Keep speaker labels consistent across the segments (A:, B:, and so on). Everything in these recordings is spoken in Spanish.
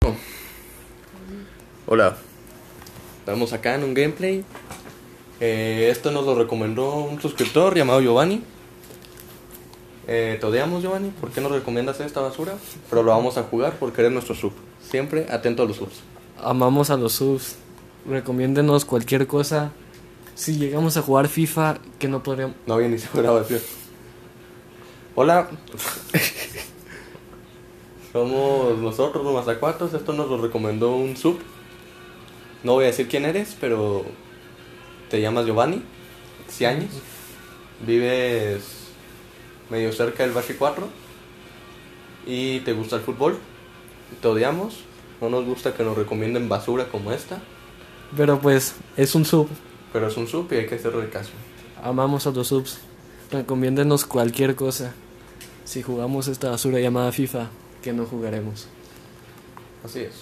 A: equipo. Hola. Estamos acá en un gameplay. Eh, esto nos lo recomendó un suscriptor llamado Giovanni. Eh, te odiamos, Giovanni. ¿Por qué nos recomiendas esta basura? Pero lo vamos a jugar porque eres nuestro sub. Siempre atento a los subs.
B: Amamos a los subs. Recomiéndenos cualquier cosa. Si llegamos a jugar FIFA, que no podríamos.
A: No había ni grabación. Hola. Somos nosotros, los Mazacuatos. Esto nos lo recomendó un sub. No voy a decir quién eres, pero te llamas Giovanni. 100 años. Vives medio cerca del Bashi 4. Y te gusta el fútbol. Te odiamos. No nos gusta que nos recomienden basura como esta.
B: Pero pues, es un sub.
A: Pero es un sub y hay que hacerle caso.
B: Amamos a los subs. Recomiéndenos cualquier cosa. Si jugamos esta basura llamada FIFA, que no jugaremos.
A: Así es.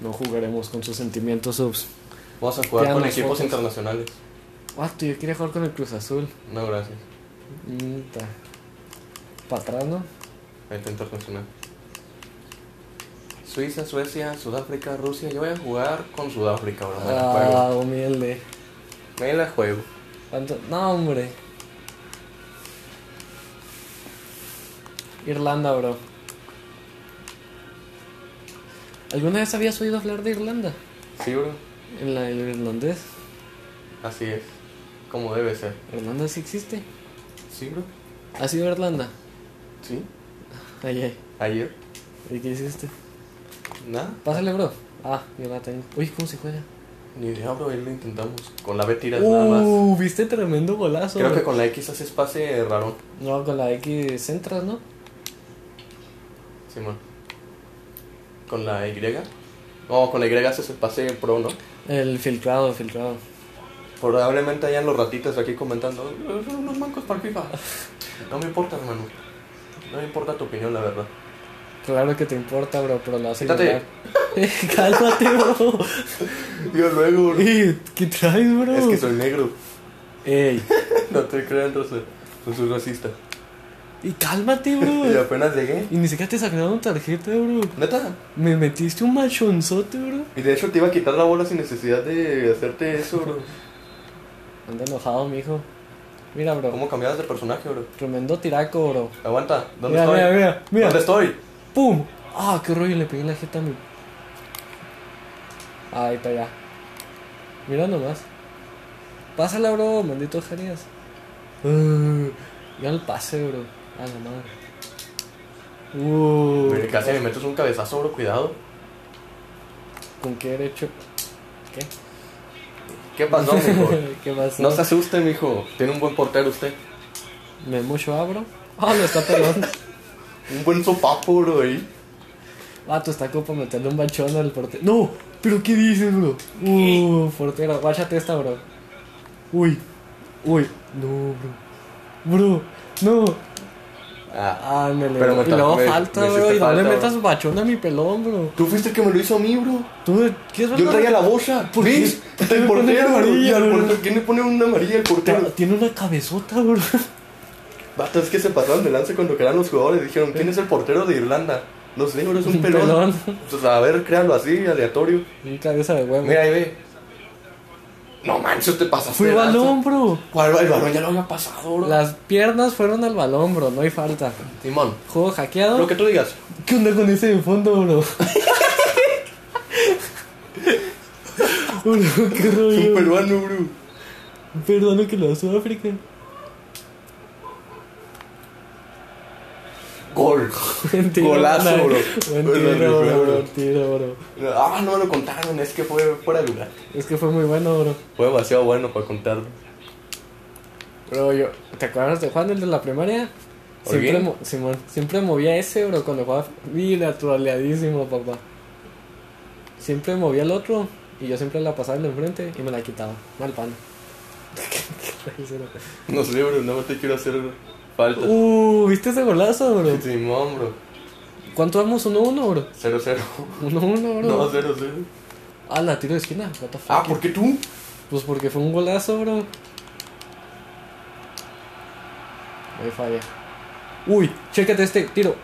B: No jugaremos con sus sentimientos subs.
A: Vamos a jugar
B: Quedan
A: con
B: los
A: equipos
B: fotos.
A: internacionales.
B: Guato, Ah, yo quería jugar con el Cruz Azul. Mm,
A: No, gracias.
B: Para atrás, ¿no?
A: Ahí está internacional. Suiza, Suecia, Sudáfrica, Rusia. Yo voy a jugar con Sudáfrica, bro. Me la juego.
B: Ah, humilde.
A: Me la juego.
B: ¿Cuánto? No, hombre. Irlanda, bro. ¿Alguna vez habías oído hablar de Irlanda?
A: Sí, bro.
B: En la, el irlandés.
A: Así es. Como debe ser.
B: ¿Irlanda sí existe?
A: Sí, bro.
B: ¿Has ido a Irlanda?
A: Sí.
B: Ay, ay.
A: Ayer.
B: ¿Y qué hiciste?
A: Nada.
B: Pásale, bro. Ah, yo la tengo. Uy, ¿cómo se juega?
A: Ni idea, bro. Ahí lo intentamos. Con la B tiras nada más.
B: Uh, viste tremendo golazo.
A: Creo
B: bro?
A: que con la X haces pase raro.
B: No, con la X entras, ¿no?
A: Simón. Con la Y. No, con la Y haces el pase pro, ¿no?
B: El filtrado, filtrado.
A: Probablemente hayan los ratitos aquí comentando, "Eh, son unos mancos para FIFA. No me importa, hermano. No me importa tu opinión, la verdad.
B: Claro que te importa, bro, pero lo haces.
A: Quítate.
B: Cálmate, bro.
A: Yo luego, es
B: Ey, ¿Qué traes, bro?
A: que soy negro.
B: Ey,
A: No te crean, Rosa. No soy racista.
B: y cálmate,
A: Y
B: bro.
A: apenas llegué.
B: y ni siquiera te sacaron tarjeta, bro.
A: Neta.
B: Me metiste un machonzote, bro.
A: Y de hecho te iba a quitar la bola sin necesidad de hacerte eso, bro.
B: Anda enojado, mijo. Mira, bro.
A: ¿Cómo cambiabas de personaje, bro?
B: Tremendo tiraco, bro.
A: Aguanta. ¿Dónde
B: mira,
A: estoy?
B: mira, mira, mira.
A: ¿Dónde estoy?
B: ¡Pum! ¡Ah, qué rollo! Le pegué en la jeta a mi. Ay, para allá. Mira nomás. Pásala, bro, maldito Jarías. Uh, yo al pase, bro. A la madre. Uh,
A: Mira, Casi me metes un cabezazo, bro. Cuidado.
B: ¿Con qué derecho? ¿Qué?
A: ¿Qué pasó, mijo?
B: ¿Qué pasó?
A: No se asuste, mijo. Tiene un buen portero usted.
B: ¿Me mucho abro? Ah, lo está pegando.
A: Un buen sopapo, bro, ahí.
B: Ah, tú está como para meterle un bachón al portero. ¡No! ¿Pero qué dices, bro? Uh, portero, guáchate esta, bro. Uy, uy, no, bro. Bro, no.
A: Ah.
B: Ah, me le
A: Pero me
B: Y luego
A: me-
B: falta,
A: me
B: bro.
A: hiciste
B: Y no
A: falta,
B: le
A: bro.
B: metas bachón a mi pelón, bro.
A: Tú fuiste el que me lo hizo a mí, bro.
B: ¿Tú quieres ver
A: Yo traía la bolsa.
B: ¿Por
A: ¿Ves?
B: qué?
A: Hasta el
B: Me pone
A: portero.
B: una amarilla,
A: y al
B: bro.
A: portero- ¿Quién le pone una amarilla al
B: Ta-
A: portero?
B: Tiene una cabezota, bro.
A: Basta, es que se pasaron de lanza cuando crearon los jugadores. Dijeron, ¿quién es el portero de Irlanda? No sé, bro, es un, pelón. Pues, a ver, créalo así, aleatorio.
B: Y cabeza de huevo.
A: Mira, ahí ve. No manches, te pasaste.
B: Fue
A: de lanza.
B: balón, bro.
A: ¿Cuál? El balón ya lo había pasado, bro.
B: Las piernas fueron al balón, bro. No hay falta.
A: Simón,
B: Juego hackeado.
A: lo que tú digas.
B: ¿Qué onda con ese de fondo, bro? bro, qué
A: Es un
B: rollo.
A: peruano, bro.
B: Perdón que lo da Sudáfrica.
A: Gol.
B: Buen tiro,
A: Golazo,
B: bro.
A: bro.
B: Buen
A: Buen
B: tiro,
A: tiro,
B: bro.
A: bro.
B: Buen tiro, bro.
A: Ah, no me lo contaron, es que fue fuera de lugar.
B: Es que fue muy bueno, bro.
A: Fue demasiado bueno para contarlo.
B: Bro, yo. ¿Te acuerdas de Juan, el de la primaria? Siempre,
A: Olguín.
B: mo- Simón, siempre movía ese, bro, cuando jugaba. Mira, troleadísimo, papá. Siempre movía el otro. Y yo siempre la pasaba en el enfrente y me la quitaba. Mal pan.
A: No sé, bro, no te quiero hacer falta.
B: uh, ¿viste ese golazo, bro?
A: Simón, bro.
B: ¿Cuánto vamos? 1-1, bro.
A: 0-0.
B: 1-1, bro.
A: No, 0-0.
B: Ah, la tiro de esquina. What the fuck.
A: Uh. Ah, ¿por qué tú?
B: Pues porque fue un golazo, bro. Ahí falla. Uy, chécate este tiro.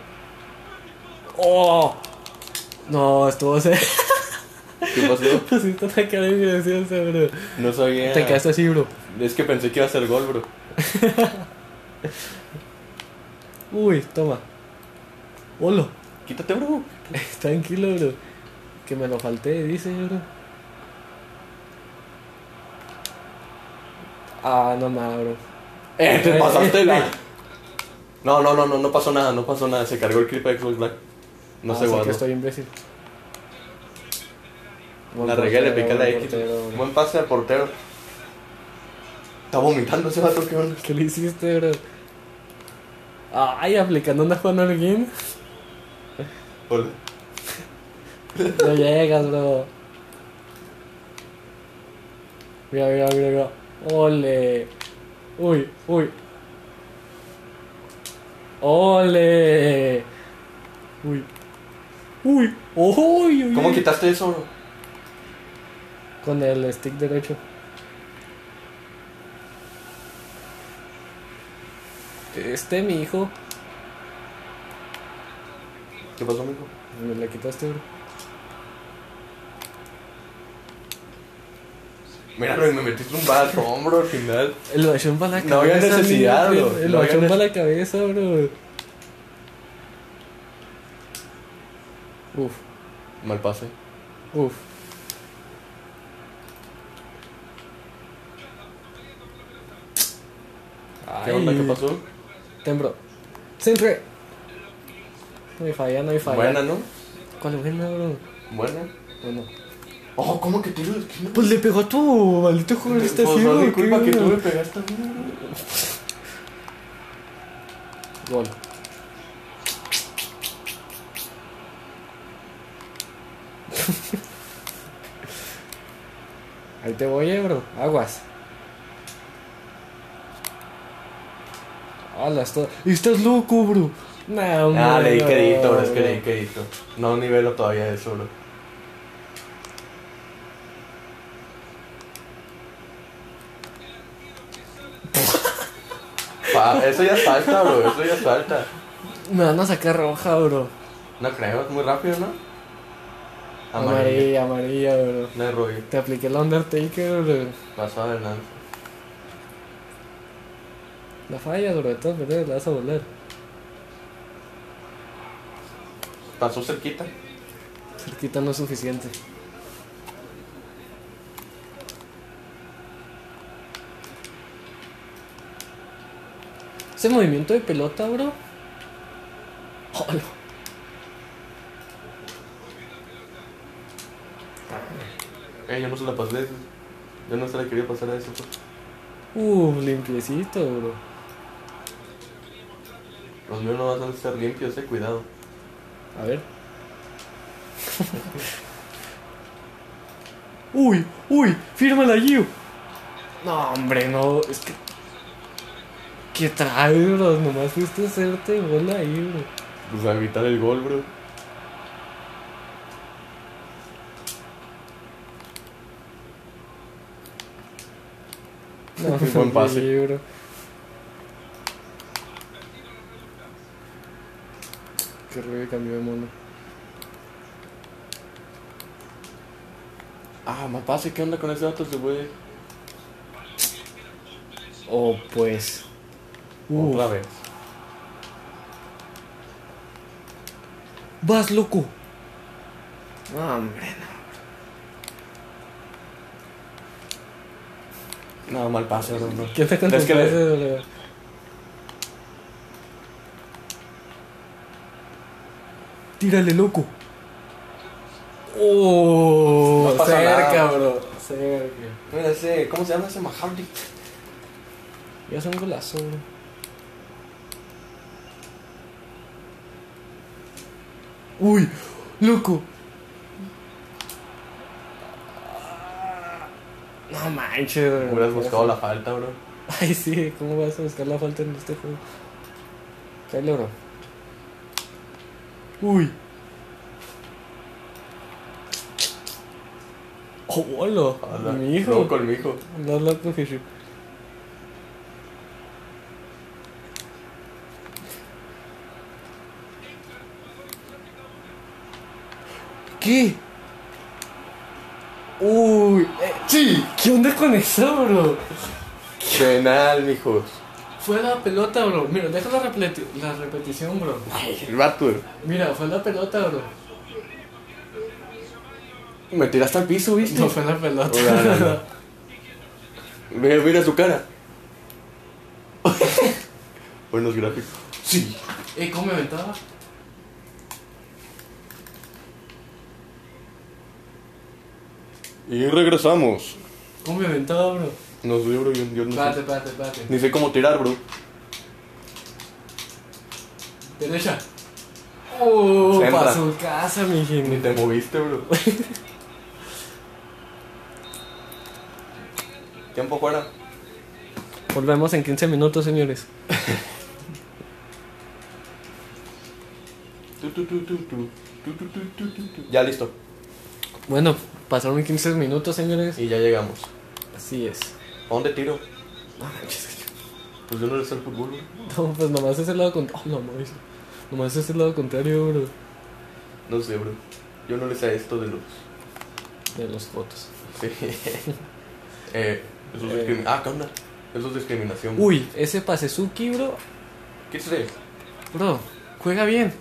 B: Oh. No, estuvo Pues se
A: ¿Qué pasó?
B: Pusiste una cara bien graciosa, bro.
A: No sabía.
B: Te quedaste así, bro.
A: Es que pensé que iba a ser gol, bro.
B: Uy, toma. Hola.
A: Quítate, bro.
B: Tranquilo, bro. Que me lo falté, dice, bro. Ah, no nada, bro.
A: Eh, te
B: Eh,
A: pasaste,
B: eh,
A: güey.
B: eh.
A: No, no, no, no, no pasó nada, no pasó nada. Se cargó el clip de Xbox Black. No
B: Ah,
A: se
B: sé
A: guardó.
B: que estoy imbécil.
A: La regué, le piqué la
B: portero, buen
A: X.
B: portero, bro.
A: Buen pase al portero. Está vomitando ese vato, qué onda.
B: ¿Qué le hiciste, bro? Ay, aplicando una Juan alguien.
A: Hola.
B: No llegas, bro. Mira, mira, mira, mira. Ole. Uy, uy. Ole. Uy. Uy. Uy, uy,
A: ¿Cómo
B: uy.
A: quitaste eso, bro?
B: Con el stick derecho. Este, mi hijo.
A: ¿Qué pasó, mijo?
B: Me la quitaste, bro.
A: Mira, Roy, me metiste un balazo, hombro al final.
B: El bachón para la cabeza.
A: No había necesidad,
B: niño,
A: bro.
B: El
A: No había
B: bachón
A: nece-
B: para la cabeza, bro. Uf,
A: Mal pase.
B: uf.
A: ¿Qué onda? ¿Qué
B: Ay,
A: pasó?
B: Tembro. Centre. No hay falla, no hay falla.
A: Buena, ¿no?
B: ¿Cuál buena, bro?
A: Buena.
B: Bueno.
A: Oh, ¿cómo que tiro de esquina?
B: Pues le pegó a tu maldito jugador
A: Pues
B: este
A: no
B: ciego,
A: es mi culpa
B: ¿qué,
A: que tú
B: bro?
A: me pegaste a mí, bro.
B: Gol. Ahí te voy, eh, bro. Aguas. Hola, esto... estás loco, bro. Nah, hombre,
A: Ah, leí
B: no,
A: quedito, bro, es que
B: bro.
A: leí quedito. No nivelo todavía eso, bro. Pa- eso ya salta, bro, eso ya salta.
B: Me van a sacar roja, bro.
A: No creo, es muy rápido, ¿no? Amarillo.
B: Amarilla, amarilla, bro.
A: No es rollo.
B: Te apliqué la Undertaker, bro.
A: Pasó adelante.
B: La falla, bro. De todas maneras, la vas a volar.
A: Pasó cerquita.
B: Cerquita no es suficiente. Ese movimiento de pelota, bro. Hola.
A: Eh, yo no se la pasé. Yo no se la quería pasar a eso. pues.
B: Uh, limpiecito, bro.
A: Los míos no van a estar limpios, eh, cuidado.
B: A ver. uy, uy, fírmala, Gio. No, hombre, no, es que. ¿Qué trae, bro? Nomás fuiste a hacerte bola ahí, bro.
A: Pues a evitar el gol, bro.
B: No,
A: Buen
B: hombre,
A: pase.
B: Libro. Qué ruido cambió de mono.
A: Ah, más pase, ¿qué onda con ese dato? Se puede.
B: Oh, pues. Uh,
A: Otra vez.
B: vas, loco. No, hombre.
A: No, mal pase, bro. No.
B: ¿Qué te
A: Es que le-
B: Tírale, loco. Oh,
A: No pasa
B: cerca,
A: nada.
B: bro. Cerca.
A: Mira ese, ¿cómo se llama ese Mahardy?
B: Ya es un golazo, bro. Uy, loco. No manches, bro.
A: Hubieras buscado la falta, bro.
B: Ay, sí, ¿cómo vas a buscar la falta en este juego? Cállate, bro. Uy. Oh, bolo.
A: Ala,
B: Mi hijo.
A: luego con mi hijo.
B: No loco que yo. qué? Uy, eh,
A: ¡Sí!
B: ¿qué onda con eso, bro?
A: Penal, mijos.
B: Fue la pelota, bro. Mira, deja la, repleti- la repetición, bro.
A: El vato.
B: Mira, fue la pelota, bro.
A: Me tiraste al piso, ¿viste?
B: No fue la pelota.
A: Hola, no, no. Mira, mira su cara. Buenos gráficos.
B: Sí. Eh, ¿cómo me aventaba?
A: Y regresamos.
B: ¿Cómo me aventaba, bro?
A: Nos dio, bro, yo, yo no
B: Espérate,
A: sé.
B: espérate, espérate.
A: Ni sé cómo tirar, bro.
B: Derecha. Oh,
A: Centra.
B: para su casa, mi
A: Ni te
B: gente.
A: moviste, bro. Tiempo fuera.
B: Volvemos en 15 minutos, señores.
A: Tu, tu, tu, tu, tu. Tu, tu, tu, tu, tu, tu. Ya listo.
B: Bueno, pasaron 15 minutos, señores.
A: Y ya llegamos.
B: Así es.
A: ¿A dónde tiro? Pues yo no le sé el fútbol, bro.
B: No, pues nomás es el lado contrario. no, mames. Nomás es el lado contrario, bro.
A: No sé, bro. Yo no le sé a esto de los.
B: De los fotos.
A: Sí. eh, eso es
B: Eh.
A: discriminación. Ah, ¿qué onda? Eso es discriminación. bro.
B: Uy, ese Pasezuki, bro.
A: ¿Qué es eso?
B: Bro, juega bien.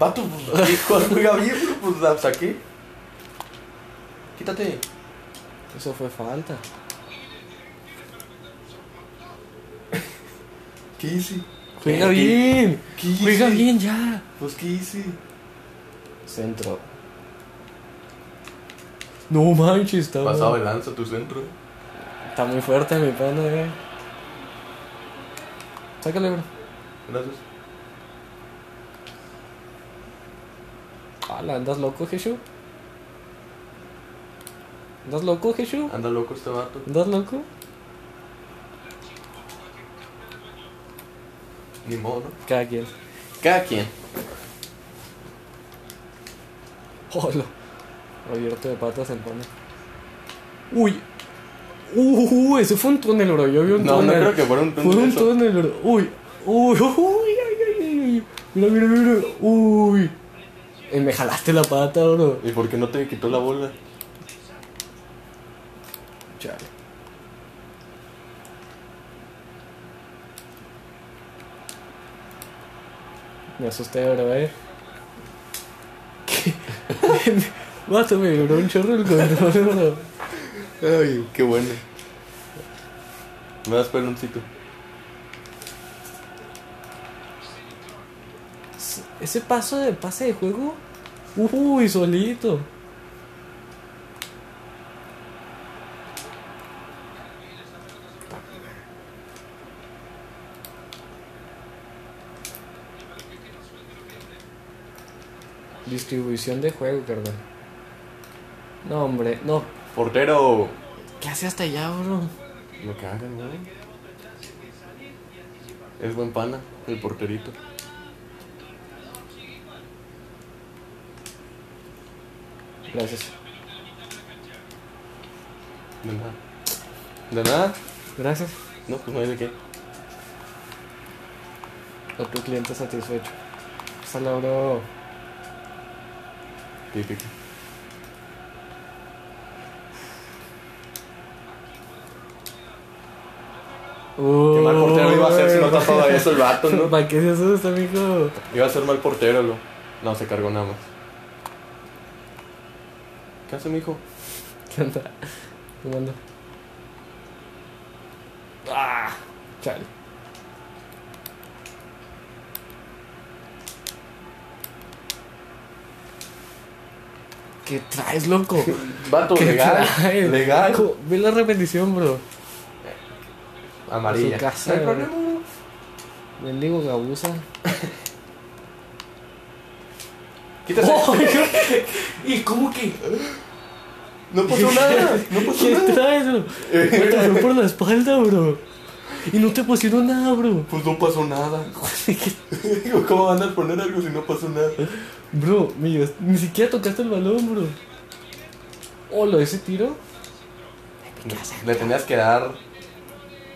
A: Vato, pues, hijo, juega bien, bro, pues la saqué. Quítate.
B: Eso fue falta.
A: ¿Qué hice?
B: Juega
A: Eh, ¿qué-
B: bien.
A: ¿Qué hice?
B: Juega bien ya.
A: Pues, ¿qué hice?
B: Centro. No manches, está,
A: Pasaba el lanza a tu centro.
B: está muy fuerte mi pana, eh. Sácale, bro.
A: Gracias.
B: Ala, ¿andas loco, Jesús? ¿Andas loco, Jesús?
A: Anda loco este vato.
B: ¿Andas loco?
A: Ni modo, ¿no?
B: Cada quien.
A: Cada quien.
B: Hola. Abierto de patas el pana. Uy. Uh, eso fue un túnel, bro. Yo vi un
A: No, no
B: túnel.
A: creo que fuera un
B: Fue
A: túnel.
B: un
A: eso.
B: túnel, bro. Uy. Uy, uy, ay, ay, ay, ay. Mira, mira, mira. Uy. Eh, me jalaste la pata, bro.
A: ¿Y por qué no te quitó la bola?
B: Chale. Me asusté, bro, eh. ¿Qué? Vato, me duró un chorro el control, bro.
A: Ay, qué bueno. Me das peloncito.
B: Ese paso de pase de juego. Uy, solito. Distribución de juego, perdón. No, hombre, no.
A: Portero.
B: ¿Qué hace hasta allá, bro?
A: Lo que hagan, güey. Es buen pana, el porterito.
B: Gracias.
A: De nada. ¿De nada?
B: Gracias.
A: No, pues no hay de qué.
B: A tu cliente satisfecho. Sala, bro.
A: Típico. Qué mal portero iba a ser si no tapaba eso el vato, ¿no?
B: ¿Para qué se asusta, mijo?
A: Iba a ser mal portero, lo. No, se cargó nada más. ¿Qué hace, mijo?
B: ¿Qué onda? ¿Cómo anda? ¡Ah! Chale. ¿Qué traes, loco?
A: Vato,
B: ¿Qué
A: legal.
B: traes?
A: Legal.
B: Mijo, Ve la repetición, bro.
A: Amarilla.
B: Su casa,
A: no hay
B: güey.
A: problema, güey.
B: Bendigo Gabusa.
A: Quítese.
B: ¿Y cómo que?
A: No pasó nada. No pasó
B: ¿Qué
A: nada.
B: traes, bro? Me tocó por la espalda, bro. Y no te pusieron nada, bro.
A: Pues no pasó nada. ¿Cómo van a poner algo si no pasó nada?
B: Bro, mío, ni siquiera tocaste el balón, bro. Hola, ese tiro.
A: Le tenías que dar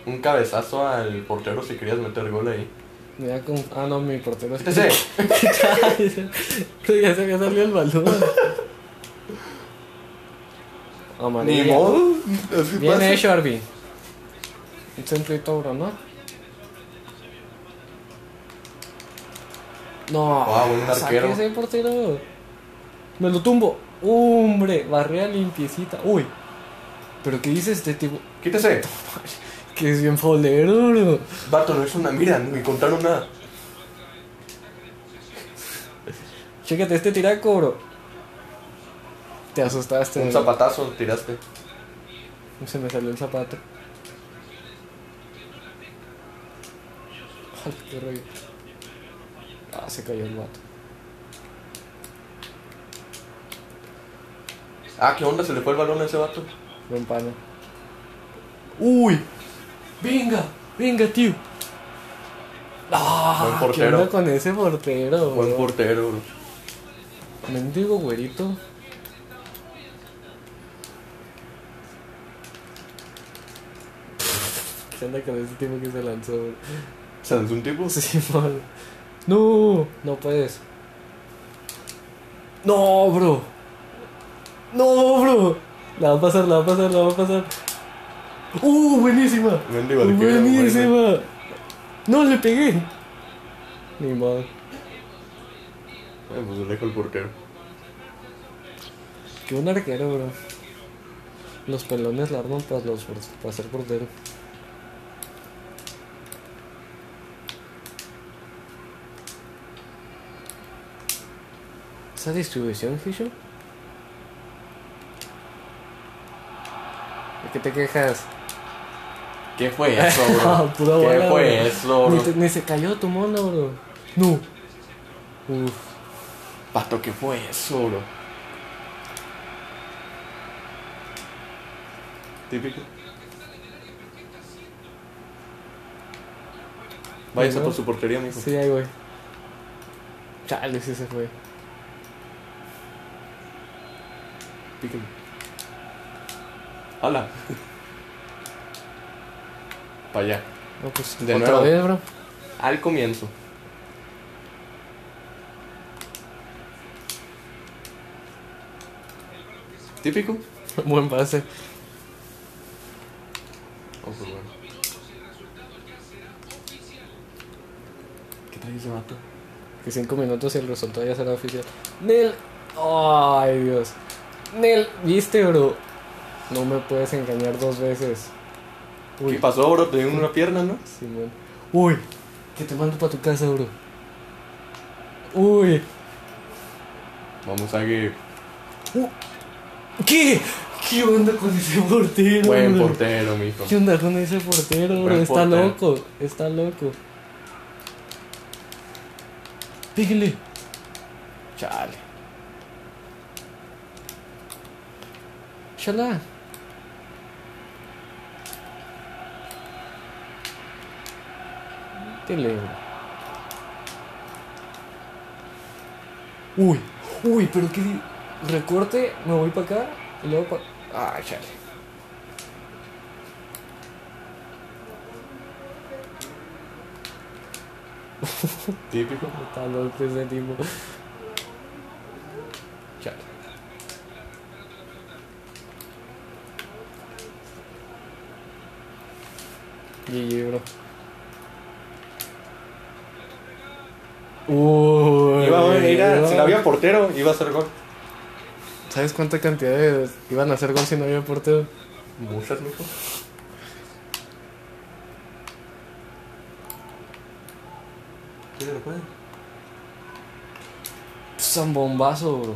A: un cabezazo al portero si querías meter gol ahí.
B: Me da como. Ah, no, mi portero es.
A: Quítese.
B: Pero ya se había salido el balón. Amarilla.
A: Ni modo. Así
B: Bien
A: pasa.
B: hecho, Arby. Un centrito, bro, ¿no? No,
A: Wow, un
B: saque
A: arquero.
B: ese portero. Me lo tumbo. Hombre, barrera limpiecita. Uy. Pero qué dices este tipo
A: Quítese.
B: que es bien folero, bro.
A: Vato, no es una mira, ni contaron nada.
B: Chécate este tiraco, bro. Te asustaste.
A: Un
B: bro.
A: zapatazo tiraste.
B: Se me salió el zapato. Ay, qué rollo. Ah, se cayó el vato.
A: Ah, ¿qué onda? Se le fue el balón a ese vato.
B: Buen pana. ¡Uy! ¡Venga! ¡Venga, tío! ¡Ah!
A: Buen
B: ¿Qué
A: portero.
B: onda con ese portero?
A: Buen
B: bro?
A: portero, bro.
B: Mendigo güerito. ¿Qué onda con ese tipo que se lanzó, bro?
A: ¿Se lanzó un tipo?
B: Sí, mal. No, no puedes. No, bro. No, bro. La va a pasar, la va a pasar, la va a pasar. ¡Uh, buenísima!
A: Mendigo arquero, güey.
B: Buenísima. No le pegué. Ni modo.
A: Eh, pues le dejo el portero.
B: Que un arquero, bro. Los pelones la arman para los para ser portero. Esa distribución, Fisho. ¿De qué te quejas?
A: ¿Qué fue eso, bro?
B: Pura
A: ¿Qué fue
B: bola, bro.
A: eso,
B: Ni,
A: bro?
B: te- ni se cayó tu mono, bro. No. Uf.
A: Pato, ¿qué fue eso, bro? Típico. Váyase
B: Bueno.
A: por su portería, mijo.
B: Sí, ahí voy. Chale, sí se fue.
A: Píquenle. ¡Hala! Para allá.
B: No, pues
A: De
B: otra
A: nuevo.
B: vez, bro.
A: Al comienzo. Típico.
B: Buen pase.
A: Oh, pues bueno. ¿Qué trae ese vato?
B: Que cinco minutos y el resultado ya será oficial. Nel. Ay, Dios. Nel, viste, bro. No me puedes engañar dos veces.
A: ¿Qué
B: Uy,
A: pasó, bro? Te dieron una pierna, ¿no?
B: Simón. Uy, que te mando para tu casa, bro. Uy,
A: Vamos a que.
B: ¿qué? ¿Qué onda con ese portero?
A: Buen
B: bro?
A: portero, mijo.
B: ¿Qué onda con ese portero, bro?
A: Buen
B: está
A: portero.
B: loco, está loco. Píguele. Chale. Chala. Dile, bro. Uy, uy, pero qué. di- Recorte, me voy para acá y luego para. Ah, chale.
A: Típico.
B: Está loco ese tipo.
A: Chale.
B: GG, bro. Uy,
A: Iba a ir a-
B: bro.
A: Si no había portero, iba a ser gol.
B: ¿Sabes cuánta cantidad de iban a hacer gol si no había portero?
A: Muchas, mijo. ¿Quién lo puede?
B: San bombazo, bro.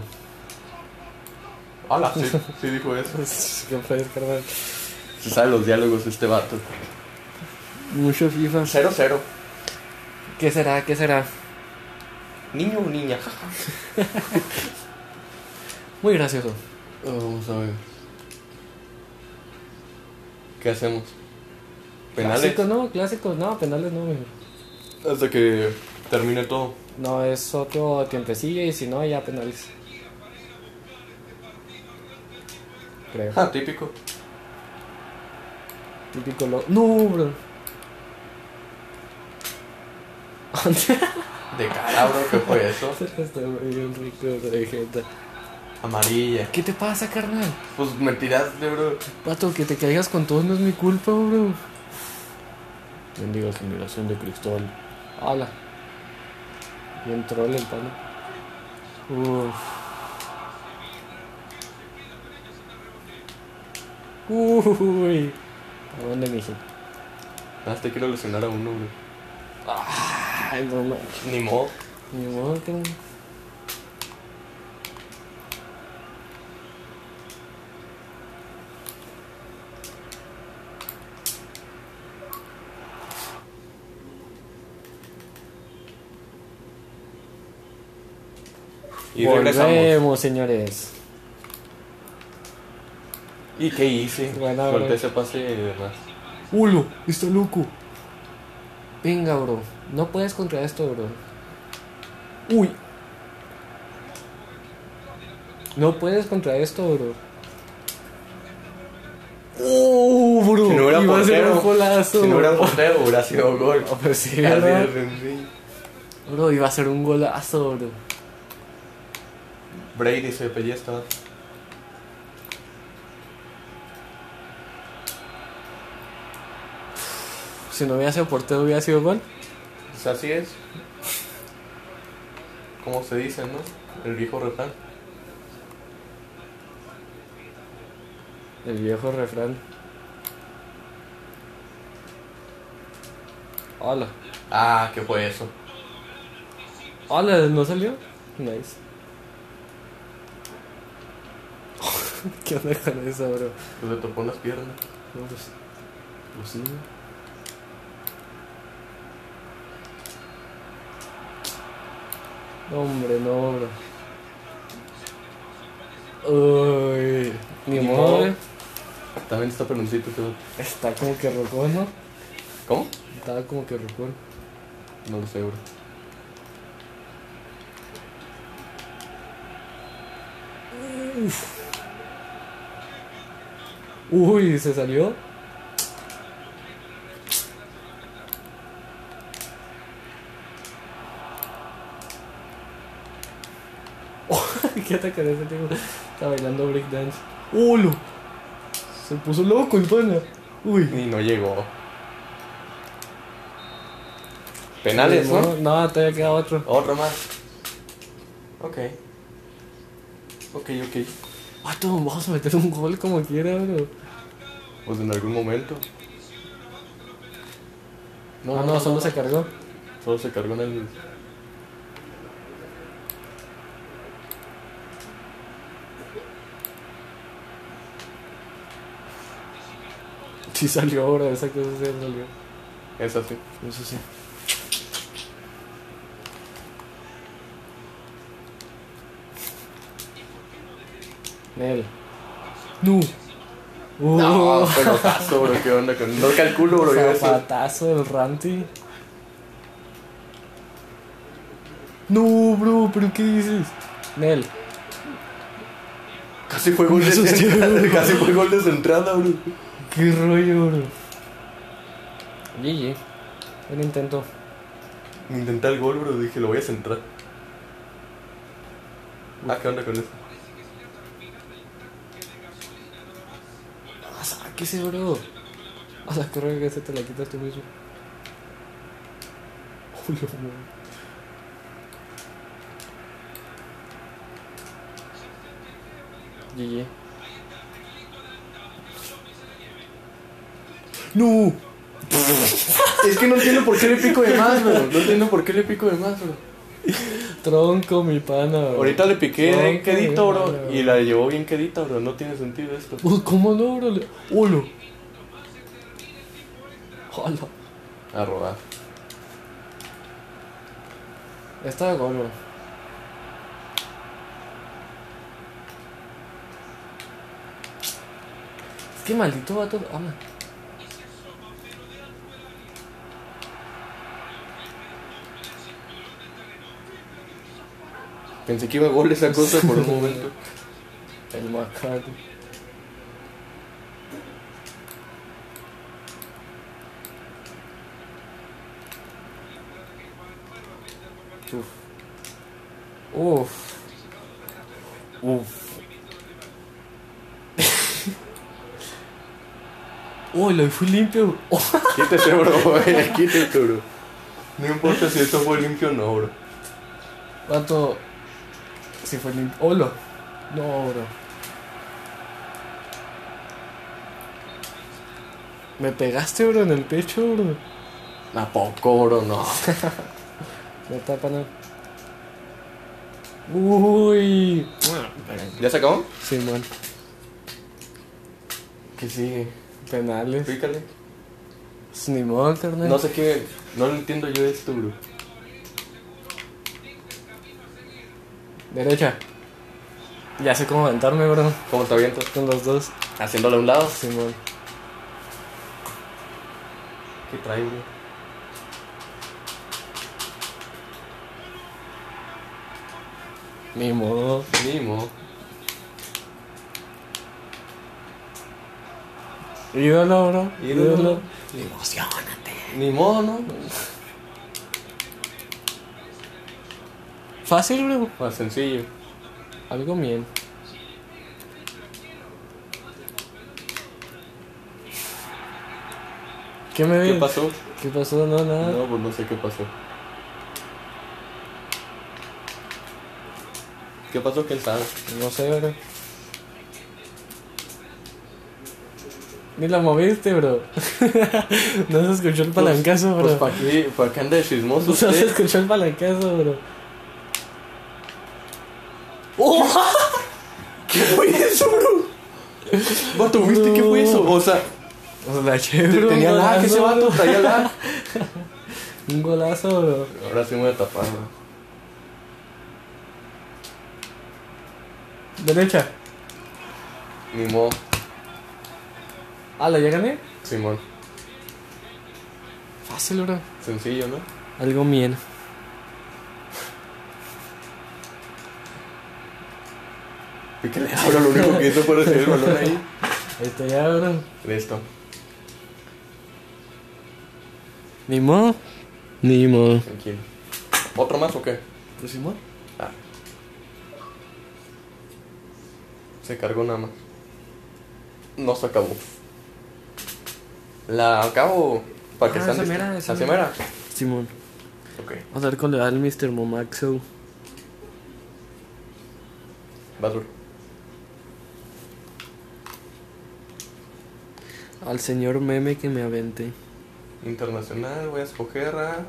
A: Hola, sí, sí dijo eso.
B: Pues, ¿Qué puedes, carnal?
A: Se sabe los diálogos de este vato.
B: Mucho FIFA.
A: 0-0.
B: ¿Qué será? ¿Qué será?
A: Niño o niña.
B: Muy gracioso.
A: Oh, Vamos a ver. ¿Qué hacemos? Penales.
B: Clásicos, no, clásicos, no, penales no, mijo.
A: Hasta que termine todo.
B: No, es otro tiempecillo y si no, ya penales. Creo.
A: Ah, típico.
B: Típico lo. No, bro.
A: De cara, bro, ¿qué fue eso?
B: Está muy bien rico de gente.
A: Amarilla.
B: ¿Qué te pasa, carnal?
A: Pues me tiraste, bro.
B: Pato, que te caigas con todos no es mi culpa, bro. Bendiga generación de cristal. Ala. Y entró el palo. Uf. Uy. ¿A dónde, mijo?
A: Ah, te quiero lesionar a uno, bro.
B: Ay, no manches.
A: Ni modo.
B: Ni modo, carnal.
A: Y regresamos.
B: Volvemos, señores.
A: ¿Y qué hice?
B: Buena, bro.
A: Solté ese pase y demás.
B: Ulo, está loco. Venga, bro. No puedes contra esto, bro. Uy. No puedes contra esto, bro. Uh, bro.
A: Si no hubiera
B: Iba a ser
A: portero,
B: un golazo.
A: Si no hubiera portero, hubiera sido gol.
B: Ah, pues sí,
A: Así de
B: ¿verdad?
A: sencillo.
B: Bro, iba a ser un golazo, bro.
A: Brady se pellizca.
B: Si no hubiera sido portero, hubiera sido gol.
A: Pues así es. Como se dice, ¿no? El viejo refrán.
B: El viejo refrán. Hola.
A: Ah, ¿qué fue eso?
B: Hola, Ah, ¿no salió? Nice. ¿Qué onda con eso, bro?
A: Pues le topó en las piernas.
B: No, pues, pues sí. No, hombre, no, bro. Uy, ni,
A: Ni
B: modo,
A: modo.
B: eh.
A: También está peloncito. tú.
B: Está como que rocón, ¿no?
A: ¿Cómo?
B: Estaba como que rocón.
A: No lo sé, bro.
B: Uy, se salió. Oh, ¿Qué ataque de ese tipo? Está bailando breakdance. ¡Ulo! Se puso loco el pana. Uy.
A: Y no llegó. Penales,
B: no,
A: ¿no?
B: no, todavía queda otro.
A: Otro más. Ok. Ok, ok.
B: Pato, vamos a meter un gol como quiera, bro.
A: Pues en algún momento.
B: No, no, solo se cargó.
A: Solo se cargó en el.
B: Sí salió ahora, esa cosa sí salió.
A: Es así.
B: Eso sí. Nel.
A: No,
B: No.
A: Uh.
B: Oh,
A: pelotazo, bro. ¿Qué onda con.? No calculo, bro. Yo eso.
B: zapatazo del Ranti. No, bro, pero ¿qué dices? Nel.
A: Casi fue gol
B: Me
A: de
B: asusté,
A: centrada.
B: bro.
A: Casi fue gol de centrada, bro.
B: Qué rollo, bro. GG. Buen intento.
A: Intenté el gol, bro. Dije, lo voy a centrar. Ah, ¿qué onda con eso?
B: Ah, sáquese, bro. O sea, creo que ese te la quitas tú mismo. Julio, bro. GG. ¡No!
A: Es que no entiendo por qué le pico de más, bro. No entiendo por qué le pico de más, bro.
B: Tronco, mi pana, bro.
A: Ahorita le piqué
B: No,
A: bien quedito,
B: no,
A: bro.
B: no.
A: Y la llevó bien quedita, bro. No tiene sentido esto.
B: Uy, ¿Cómo no, bro? Le- ¡Hola! ¡Hola!
A: A robar.
B: Estaba gol, bro. Es que maldito vato. Ah, Ama.
A: Pensé que iba a gol esa cosa por un momento.
B: El McCarthy. Uf. Uf. Uf. Uy, lo fui limpio, bro. Oh,
A: Quítese, bro, güey. Quítese, bro. No importa si esto fue limpio o no, bro.
B: vato. Sí fue limpio. Olo. No, bro. Me pegaste, bro, en el pecho, bro.
A: ¿A poco, bro? No.
B: Me tapan. Uy.
A: ¿Ya se acabó?
B: Simón.
A: ¿Qué sigue?
B: Penales.
A: Explícale.
B: Simón, carnal.
A: No sé qué. No lo entiendo yo esto, bro.
B: Derecha. Ya sé cómo aventarme, bro.
A: ¿Cómo te avientas?
B: Con los dos.
A: Haciéndole a un lado.
B: Simón.
A: ¿Qué trae, bro?
B: Ni modo.
A: Mimo.
B: Ídolo, bro.
A: Ídolo.
B: Emocionate.
A: Ni modo, ¿no?
B: Fácil, bro.
A: Más sencillo.
B: Algo bien. ¿Qué me
A: ¿Qué
B: ves?
A: pasó?
B: ¿Qué pasó? No, nada.
A: No, pues no sé qué pasó. ¿Qué pasó? ¿Quién sabe?
B: No sé, bro. Ni la moviste, bro. no se escuchó el palancazo,
A: Pues
B: bro.
A: para qué, pa' qué anda de chismoso
B: no se
A: usted.
B: escuchó el palancazo, bro. ¡Oh!
A: ¿Qué fue eso, bro? Vato, ¿viste qué fue eso? O sea,
B: La chévere,
A: tenía
B: un
A: lag
B: golazo,
A: ese vato,
B: bro.
A: traía lag.
B: Un golazo, bro.
A: Ahora sí me voy a tapar, bro.
B: Derecha.
A: Ni modo,
B: Ah, ¿la ya gané?
A: Simón.
B: Fácil, bro.
A: Sencillo, ¿no?
B: Algo bien.
A: Pícale, ahora lo único que hizo fue recibir el balón ahí.
B: Esto ya, bro.
A: Listo.
B: Ni modo. Ni modo.
A: Tranquilo. ¿Otro más o qué?
B: Pues Simón.
A: Ah. Se cargó nada más. No se acabó. ¿La acabo? Para que
B: Ah,
A: están
B: esa
A: dist-
B: mera, esa
A: ¿Así
B: mera.
A: mera?
B: Simón.
A: Ok.
B: Vamos a ver con le da el Mr. Momaxo.
A: Vas, bro.
B: Al señor meme que me avente.
A: Internacional, voy a escoger a.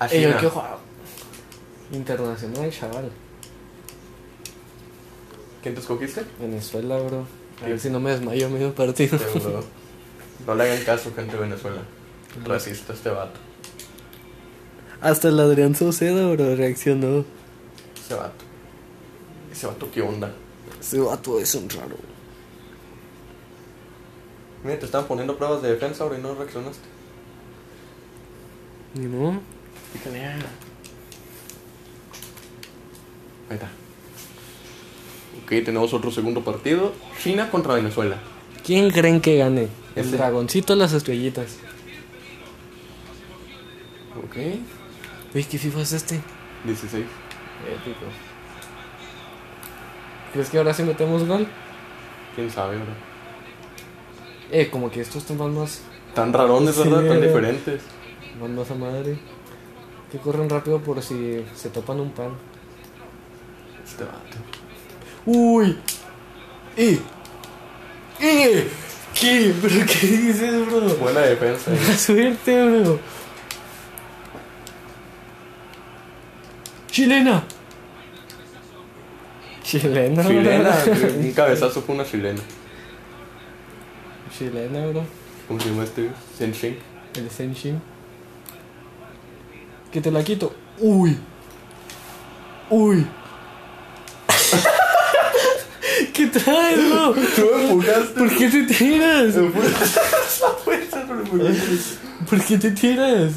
A: A
B: Ey, yo
A: China.
B: quiero jugar. Internacional, chaval.
A: ¿Quién te escogiste?
B: Venezuela, bro. A ver
A: Sí.
B: si no me desmayo a medio partido.
A: Seguro. no le hagan caso, gente de Venezuela. Racista este vato.
B: Hasta el Adrián Saucedo, bro, reaccionó.
A: Ese vato. Ese vato, ¿qué onda?
B: Ese vato es un raro.
A: Mira, te estaban poniendo pruebas de defensa ahora y no reaccionaste.
B: Ni modo.
A: Fíjale. Ahí está. Ok, tenemos otro segundo partido. China contra Venezuela.
B: ¿Quién creen que gane? El
A: Ese.
B: dragoncito o las estrellitas.
A: Ok.
B: Uy, ¿qué FIFA es este?
A: 16.
B: Épico. ¿Crees que ahora sí metemos gol?
A: ¿Quién sabe, bro?
B: Eh, como que estos toman más,
A: Tan rarones,
B: Sí,
A: ¿verdad? Tan
B: bro.
A: diferentes.
B: van más a madre. Que corren rápido por si se topan un pan.
A: Este vato.
B: ¡Uy! ¡Eh! ¡Eh! ¿Qué? ¿Pero qué dices, bro?
A: Buena defensa. eh.
B: Buena suerte, bro. ¡Chilena! Chilena, bro.
A: chilena. Un cabezazo fue una chilena.
B: Chilena, bro.
A: ¿Cómo se llama este? Senshin.
B: El Senshin. Que te la quito. Uy. Uy. ¿Qué traes, bro?
A: Tú me empujaste.
B: ¿Por qué te tiras?
A: Me empujaste. Esa fuerza, pero me empujaste.
B: ¿Por qué te tiras?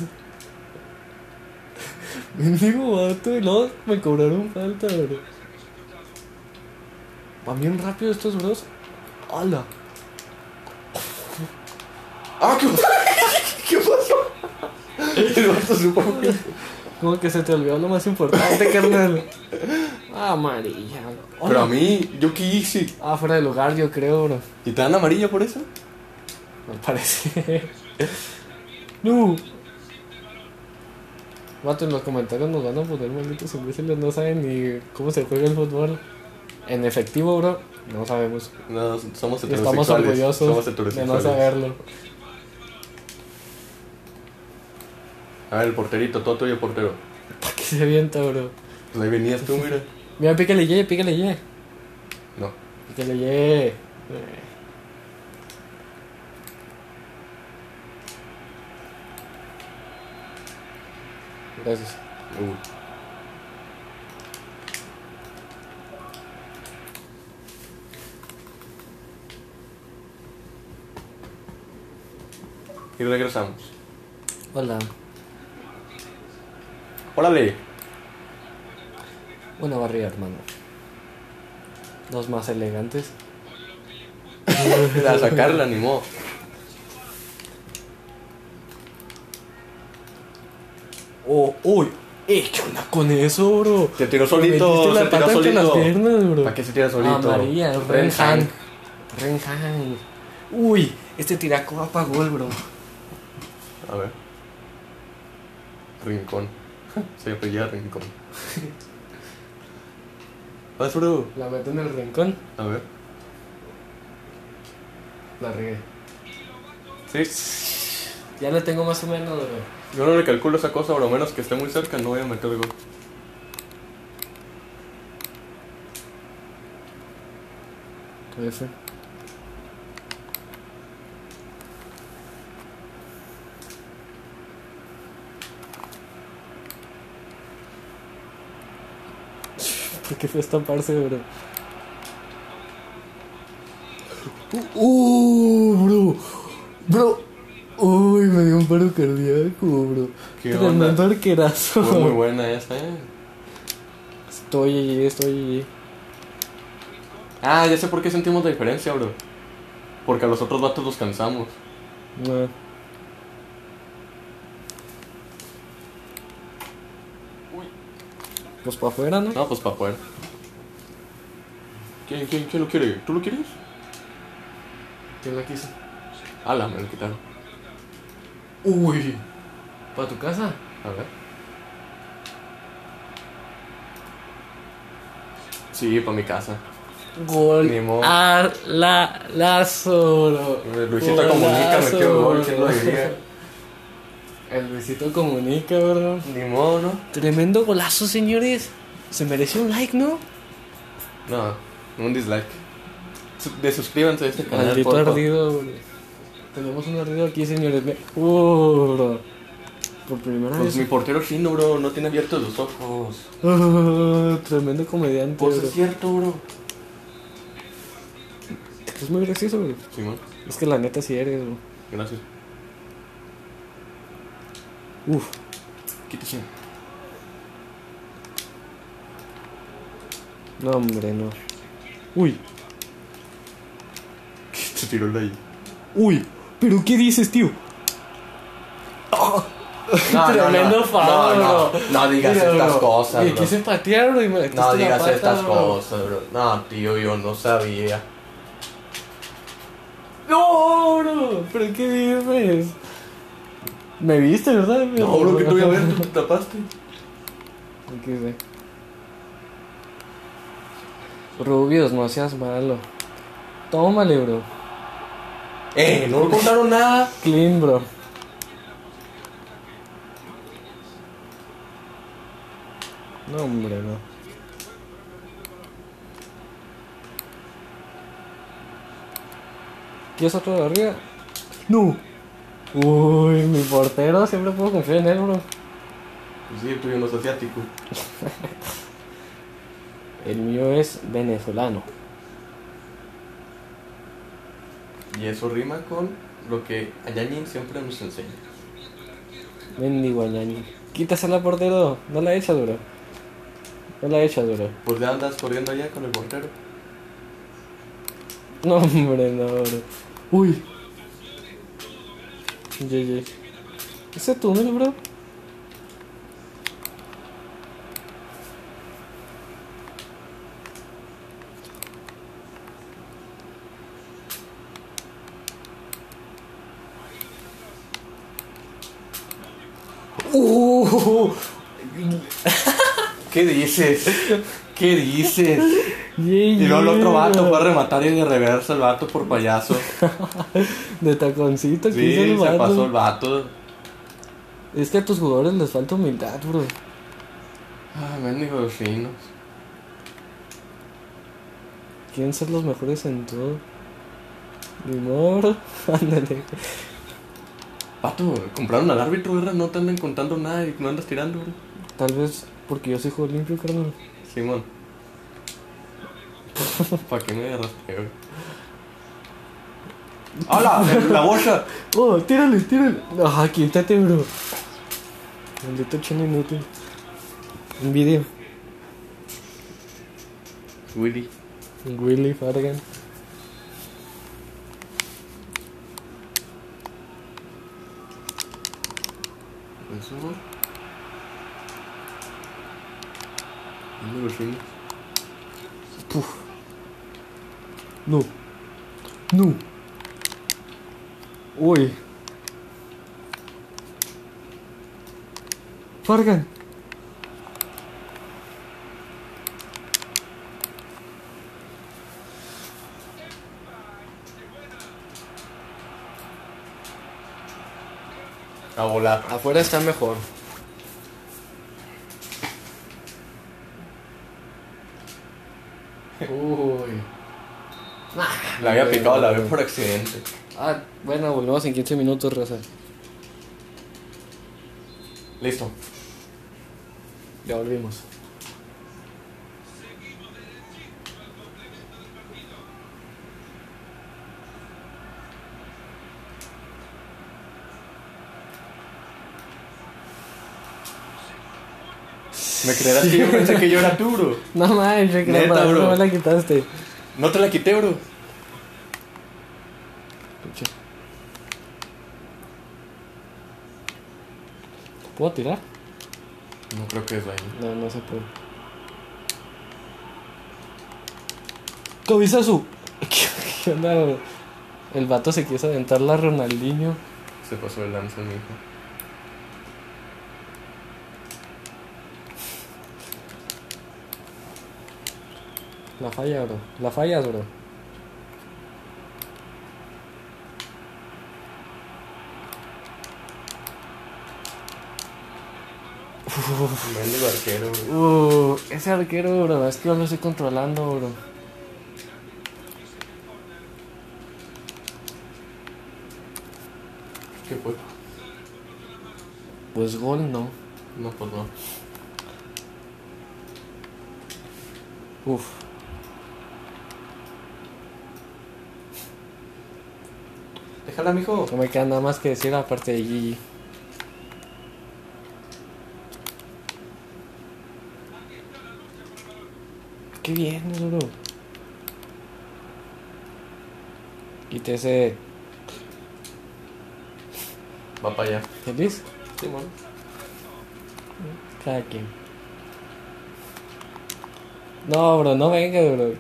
B: Bendigo vato y luego me cobraron falta, bro. Van bien rápido estos bros. ¡Hala!
A: ¡Ah, qué, qué pasó! El vato supo que.
B: Como que se te olvidó lo más importante, carnal. Ah, amarilla. bro.
A: Pero a mí, yo qué hice.
B: Ah, fuera de lugar, yo creo, bro.
A: ¿Y te dan amarilla por eso?
B: Me parece. no. Vato, en los comentarios nos van a poner malditos imbéciles. No saben ni cómo se juega el fútbol. En efectivo, bro. No sabemos.
A: No, somos
B: Y
A: heterosexuales.
B: Estamos orgullosos
A: Somos
B: de no
A: heterosexuales.
B: saberlo.
A: A ver, el porterito, todo tuyo, portero.
B: ¿Para qué se avienta, bro?
A: Pues ahí venías tú, mira.
B: Mira, pícale Y, pícale Y.
A: No.
B: Pícale Y. Eh. Gracias.
A: Uy. Y regresamos.
B: Hola.
A: Órale.
B: Una barriga, hermano. Dos más elegantes.
A: A sacarla, ni modo.
B: Oh, uy. Eh, ¿qué onda con eso, bro?
A: Se tiró
B: Me
A: solito,
B: metiste
A: se
B: la pata
A: tiró
B: entre las
A: solito.
B: piernas, bro.
A: ¿Para qué se tira solito?
B: Amarilla,
A: Ren Hank.
B: Renhan. Renhan. Uy, este tiraco va para gol, bro.
A: A ver. Rincón. Se apellida Rincón. Vas, bro.
B: La meto en el rincón.
A: A ver.
B: La regué.
A: Sí.
B: Ya le tengo más o menos, bro.
A: Yo no le calculo esa cosa, pero a menos que esté muy cerca, no voy a meter gol.
B: F. ¿Por qué fue estamparse, bro? ¡Uh, bro! ¡Bro! ¡Uy, me dio un paro cardíaco, bro!
A: ¿Qué
B: Tremendo
A: onda?
B: arquerazo.
A: Fue muy buena esa, eh.
B: Estoy allí, estoy allí.
A: Ah, ya sé por qué sentimos la diferencia, bro. Porque a los otros vatos los cansamos.
B: No. Pues para afuera, ¿no?
A: No, pues para poder. ¿Quién, quién, quién lo quiere? ¿Tú lo quieres?
B: Yo la quise.
A: Ala, me lo quitaron.
B: Uy. ¿Para tu casa?
A: A ver. Sí, para mi casa.
B: Gol.
A: Ni modo.
B: Ar la lazo, bro.
A: Eh, Luisito Comunica
B: Golazo,
A: metió gol,
B: bro.
A: ¿quién lo diría?
B: El Luisito comunica, bro.
A: Ni modo, ¿no?
B: Tremendo golazo, señores. Se merece un like, ¿no?
A: No, un dislike. Su- Desuscríbanse a este canal.
B: Maldito
A: por favor.
B: ardido, bro. Tenemos un ardido aquí, señores. Ve- Uh, bro. Por primera
A: Pues
B: vez.
A: mi portero chino, bro, no tiene abiertos los ojos.
B: Ah, tremendo comediante,
A: Pues
B: bro.
A: es cierto, bro.
B: Es muy gracioso, bro.
A: Simón,
B: Es que la neta sí eres, bro.
A: gracias.
B: Uf.
A: Quítese.
B: No, hombre, no. Uy.
A: Se tiró la ahí.
B: Uy. ¿Pero qué dices, tío? Tremendo
A: no,
B: faro,
A: no,
B: bro.
A: no digas
B: Mira,
A: estas
B: bro.
A: cosas,
B: Oye,
A: bro.
B: quise patear, bro, y me metiste
A: No
B: la
A: digas
B: pata,
A: estas
B: bro.
A: cosas, bro. No, tío, yo no sabía.
B: No, bro. ¿Pero qué dices? Me viste, ¿verdad?
A: No, bro, que te voy a ver, tú te tapaste.
B: ¿Qué sé? Rubios, no seas malo. Tómale, bro.
A: Eh, no contaron nada.
B: Clean, bro. No, hombre, no. ¿Y es otro de arriba? No. Uy, mi portero, siempre puedo confiar en él, bro.
A: Pues sí, tú yo no es asiático.
B: El mío es venezolano.
A: Y eso rima con lo que Ayanin siempre nos enseña.
B: Mendigo ñaño. Quítasela, portero. No la echas, bro. No la echas, bro.
A: Pues ya andas corriendo allá con el portero.
B: No, hombre, no, bro. Uy. GG. ¿Ese túnel, bro? Uh,
A: ¿Qué dices? ¿Qué dices?
B: y
A: Y luego el otro vato fue a rematar y de reversa el vato por payaso.
B: De taconcito que hizo
A: Sí,
B: el
A: se
B: vato.
A: pasó el vato.
B: Es que a tus jugadores les falta humildad, bro.
A: Ah, mendigo de finos.
B: Quieren ser los mejores en todo. Limor, ándale.
A: Vato, compraron al árbitro, ¿verdad? No te andan contando nada y no andas tirando, bro.
B: Tal vez porque yo soy juego limpio, carnal.
A: Simón. ¿Para qué me agarraste, güey? ¡Hala! ¡La bolsa!
B: Oh, tírale, tírale. Ah, quítate, bro. Maldito chino inútil. Un video.
A: Willy.
B: Willy Fargan.
A: ¿Eso, güey? Mendigo de finos.
B: Puf. No. No. Uy. Fargan.
A: A volar.
B: Afuera está mejor. Uy.
A: La había picado la vez por accidente.
B: Ah, bueno, volvemos en 15 minutos, raza.
A: Listo.
B: Ya volvimos.
A: Me creerás que yo pensé que yo era tú, bro.
B: No mames, yo creo que
A: Neta,
B: para eso
A: bro.
B: me la quitaste.
A: No te la quité, bro.
B: ¿Puedo tirar?
A: No creo que es ahí.
B: No, no se puede. Cobizazu. ¿Qué, qué onda, bro? El vato se quiso aventar la Ronaldinho.
A: Se pasó el lance, mi hijo.
B: La falla, bro. La fallas, bro.
A: Mendigo arquero, bro.
B: Uh, ese arquero, bro, es que yo lo estoy controlando, bro.
A: ¿Qué fue?
B: Pues gol no.
A: No, pues no.
B: Uf.
A: Déjala, mijo.
B: No me queda nada más que decir aparte de Gigi. Qué bien, bro. Quite ese.
A: Va para allá.
B: ¿Feliz?
A: Sí, bueno.
B: Cada quien. No, bro, no venga, bro.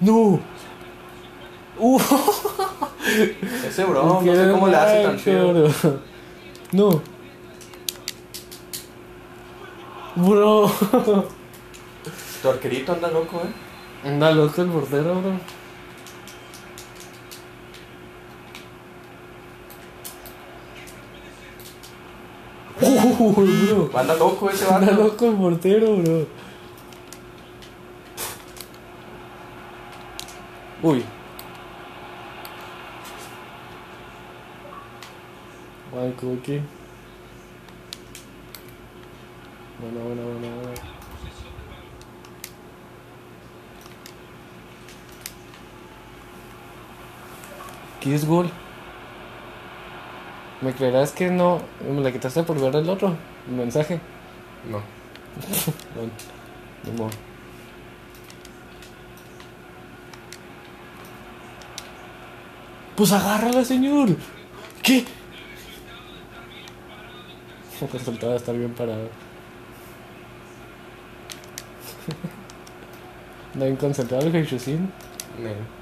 B: ¡No! ¡Uh!
A: Ese bro, no
B: qué
A: sé cómo le hace tan
B: naco,
A: chido.
B: bro. No. Bro.
A: Tu arquerito anda loco, eh.
B: Anda loco el portero, bro. Uy, bro.
A: Anda loco ese
B: Anda
A: vato.
B: loco el portero, bro. Uy. Juan Cookie. Bueno, bueno, bueno, bueno. ¿Qué es gol? ¿Me creerás que no? ¿Me la quitaste por ver el otro? El mensaje.
A: No.
B: Bueno, ni modo. Pues agárrala, señor. ¿Qué? Resultaba estar bien parado. ¿No bien concentrado el Heishusin?
A: Negro.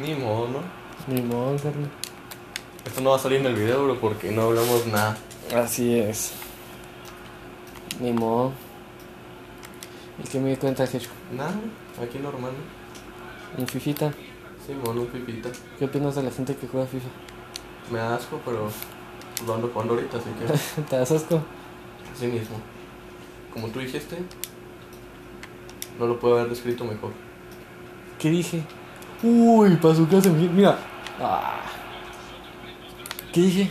A: Ni modo, ¿no?
B: Ni modo, carnal.
A: Esto no va a salir en el video, bro, porque no hablamos nada.
B: Así es. Ni modo. ¿Y qué me di cuenta que
A: Nada, aquí normal, ¿no?
B: en Fifita?
A: Sí, mono, un pipita.
B: ¿Qué opinas de la gente que juega FIFA?
A: Me da asco, pero lo ando jugando ahorita, así que
B: ¿Te das asco?
A: así mismo. Como tú dijiste, no lo puedo haber descrito mejor.
B: ¿Qué dije? Uy, para su casa, mi- mira. Ah. ¿Qué dije?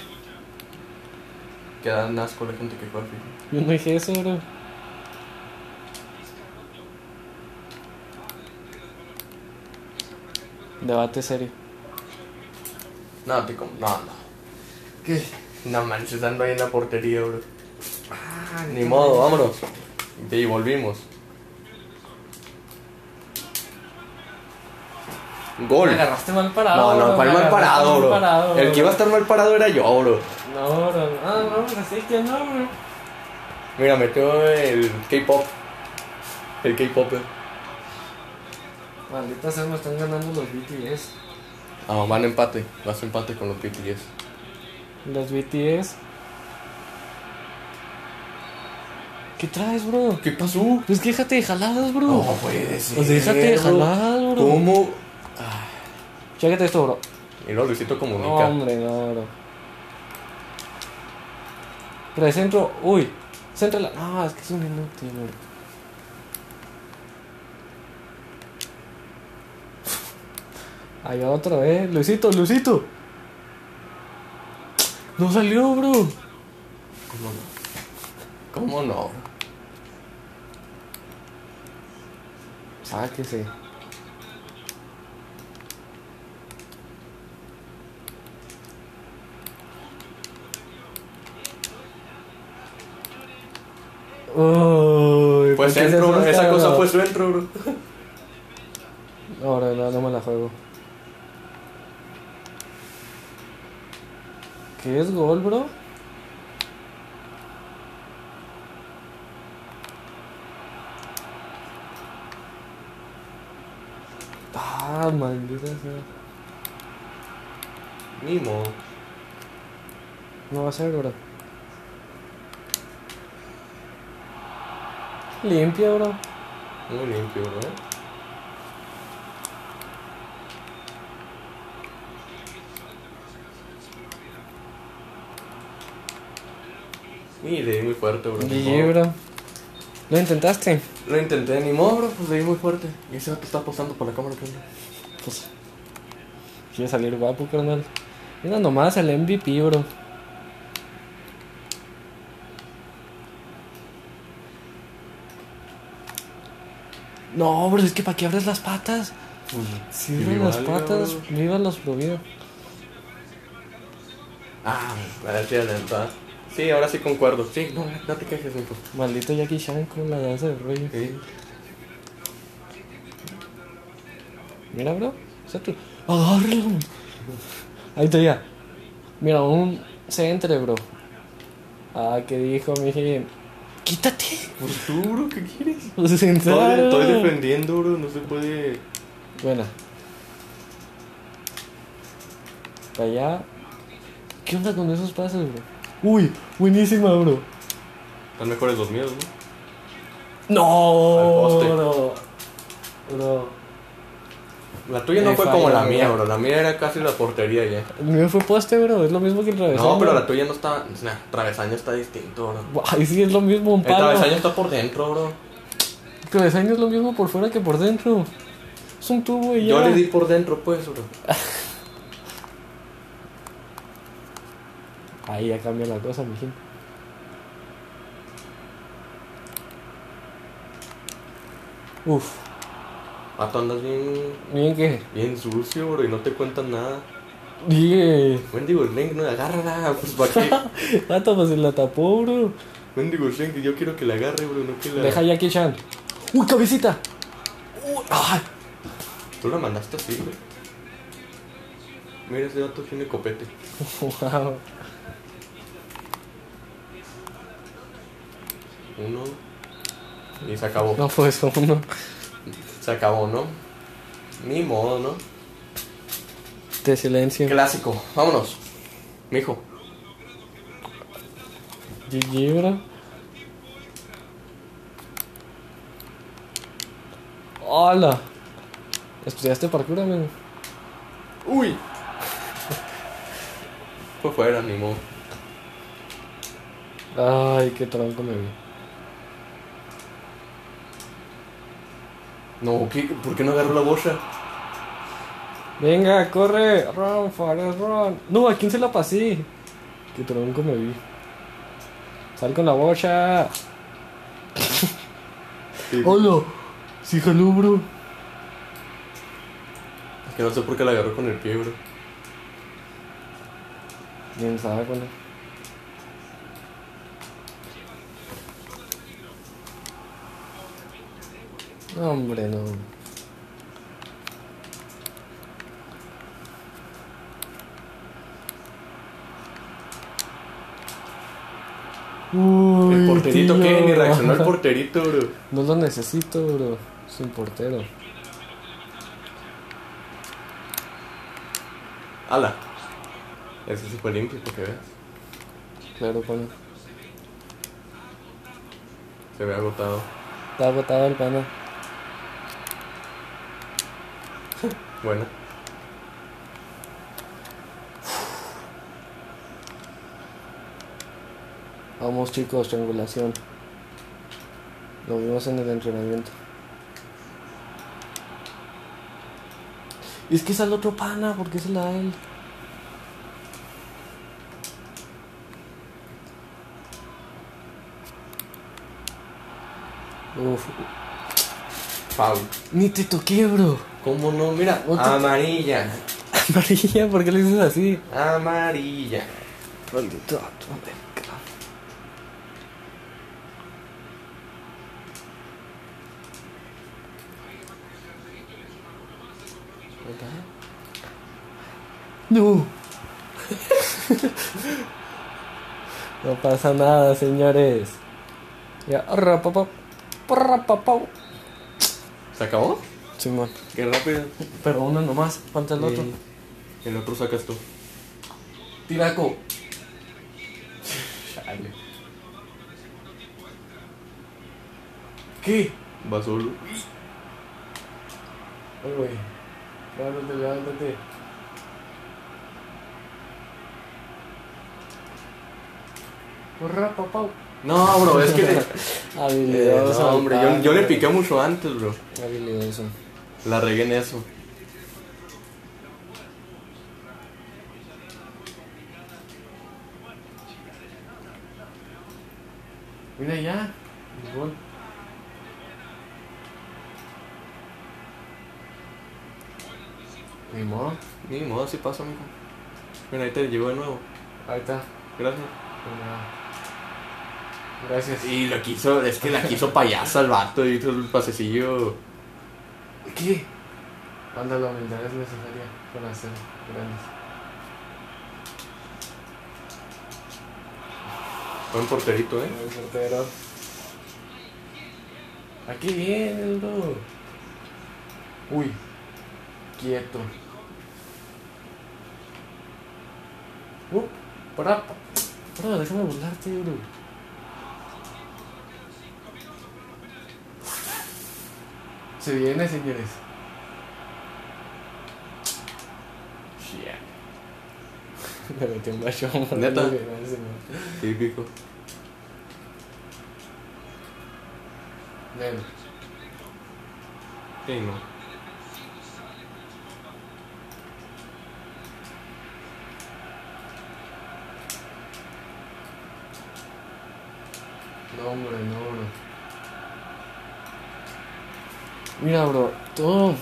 A: Que dan asco la gente que juega FIFA.
B: Yo no dije eso, bro. Debate serio.
A: No, te como. No, no.
B: ¿Qué?
A: No manches, ando ahí en la portería, bro.
B: Ah,
A: Ni modo, vámonos. Y volvimos. Gol.
B: Me agarraste mal parado.
A: No, no,
B: bro,
A: cuál
B: me
A: mal
B: agarraste
A: parado, bro.
B: parado,
A: El que iba a estar mal parado era yo, bro.
B: No, bro. Ah, no, así que no, bro.
A: Mira, metió el K-pop. El K-pop. eh.
B: Maldita sea, me están ganando los BTS.
A: Ah, van empate. Vas empate con los BTS.
B: Los BTS. ¿Qué traes, bro?
A: ¿Qué pasó?
B: Pues déjate de jaladas, bro.
A: No puede ser.
B: pues déjate de
A: bro.
B: jaladas, bro.
A: ¿Cómo?
B: Chécate esto, bro.
A: Y luego Luisito
B: No,
A: comunica.
B: hombre, no, bro. Recentro. Uy. Céntrala. No, es que es un inútil, bro. Hay otro, eh. Luisito, Luisito. No salió, bro.
A: ¿Cómo no? ¿Cómo no?
B: Sáquese. Uy, ¿por
A: Pues
B: qué se
A: centro, bro.
B: asusta,
A: Esa cosa
B: bro?
A: fue centro, bro.
B: No, no, no, no me la juego. ¿Qué es gol, bro? Ah, maldita sea.
A: Ni modo.
B: No va a ser, bro. Limpia, bro.
A: Muy limpio, bro. Mire, muy fuerte, bro. ni
B: GG,
A: modo.
B: bro. ¿Lo intentaste?
A: Lo intenté, ni modo, bro, pues ahí muy fuerte. Y ese vato está posando por la cámara, creo.
B: Pues. Quiere salir guapo, carnal. Mira nomás el MVP, bro. No, bro, es que para qué abres las patas. Si
A: Y
B: abres las
A: vale,
B: patas,
A: bro.
B: viva los pro vida.
A: Ah, gracias, la verdad. Sí, ahora sí concuerdo. Sí, no, no te quejes, mijo.
B: Maldito Jackie Chan con la danza de rollo.
A: Sí.
B: Mira, bro. Centro. Agárralo. Ahí está ya. Mira, un centre, bro. Ah, ¿qué dijo, mije? Quítate.
A: Pues tú, bro, ¿qué quieres?
B: Pues
A: Estoy,
B: central.
A: estoy defendiendo, bro, no se puede.
B: Buena. Para allá. ¿Qué onda con esos pases, bro? Uy, buenísima, bro.
A: Están mejores los míos, ¿no?
B: No,
A: Al poste.
B: bro. Bro.
A: La tuya no
B: Me
A: fue como
B: falla,
A: la mía,
B: bro.
A: bro. La mía era casi la portería ya.
B: El mío fue poste, bro. Es lo mismo que el travesaño.
A: No, pero la tuya no está. Nah, travesaño está distinto, bro.
B: Ay, sí, es lo mismo, un
A: El
B: palo.
A: travesaño está por dentro, bro.
B: El travesaño es lo mismo por fuera que por dentro. Es un tubo y ya.
A: Yo le di por dentro, pues, bro.
B: Ahí ya cambia la cosa, mi gente. Uf,
A: Pato, Ah, andas bien.
B: miren que.
A: Bien sucio, bro, y no te cuentan nada.
B: Dije.
A: Mendigo Slink, no la agarra, pues para qué.
B: Vato, pues se la tapó, bro.
A: Mendigo Slink, yo quiero que la agarre, bro, no que la.
B: Deja a Jackie Chan. ¡Uy, cabecita! ¡Uy! ¡Ay!
A: Tú la mandaste así, güey. Mira, ese dato tiene copete.
B: Wow.
A: Uno. Y se acabó.
B: pues, No fue eso, uno.
A: Se acabó, ¿no? Ni modo, ¿no?
B: Este silencio.
A: Clásico. Vámonos. Mijo.
B: GG, bro. Hola. ¿Estudiaste parkour, amigo?
A: Uy. Fue fuera, ni modo.
B: Ay, qué tronco me vi.
A: No, ¿qué? ¿por qué no agarró la bolsa?
B: Venga, corre. Run, Forrest, run. No, ¿a quién se la pasé? Qué tronco me vi. Sal con la bocha.
A: Sí.
B: Hola. Sí, jaló, bro.
A: Es que no sé por qué la agarró con el pie, bro.
B: Bien, sabe cuál es. No, Hombre, no. Uy,
A: el porterito,
B: tío.
A: ¿qué? Ni reaccionó el porterito, bro.
B: No lo necesito, bro. Sin portero.
A: Ala. Eso sí fue limpio, porque veas.
B: Claro, pana.
A: Se ve agotado.
B: Está agotado el pana.
A: Bueno.
B: Vamos, chicos, triangulación. Lo vimos en el entrenamiento. Y es que es al otro pana, porque es la él. Uf,
A: Pau.
B: ni te toqué, bro.
A: ¿Cómo no? Mira.
B: Otro-
A: Amarilla.
B: Amarilla, ¿por qué le dices así?
A: Amarilla.
B: Maldito América. No. no pasa nada, señores. Ya, arra, pa, pa, parra, pa, pa.
A: ¿Se acabó?
B: Simón.
A: Qué rápido.
B: Pero uno nomás, falta el otro.
A: Eh, El otro sacas tú. Tiraco. Chale.
B: ¿Qué?
A: Va solo.
B: Ay, güey. Levántate, levántate. Porra, papá.
A: No, bro, es que le. Eh,
B: Habilidoso.
A: no,
B: al
A: hombre, yo,
B: pan,
A: yo le
B: güey.
A: piqué mucho antes, bro.
B: Habilidoso.
A: La regué en eso.
B: Mira ya. Gol. Ni modo.
A: Ni modo, así pasa, amigo. Mira, ahí te llegó de nuevo.
B: Ahí está.
A: Gracias.
B: Mira. Gracias.
A: Y lo quiso, es que la quiso payasa el vato y hizo el pasecillo.
B: ¿Qué? Cuando la humildad es necesaria para ser grandes.
A: Buen porterito, eh.
B: El portero. Aquí viene el bro. Uy. Quieto. Uh, para. Bro, déjame burlarte, bro. Se viene, señores. Me metí un bacho.
A: ¿Neta?
B: No, señor.
A: Típico.
B: Ven.
A: Sí, no.
B: No, hombre, no, bro. Mira, bro, todo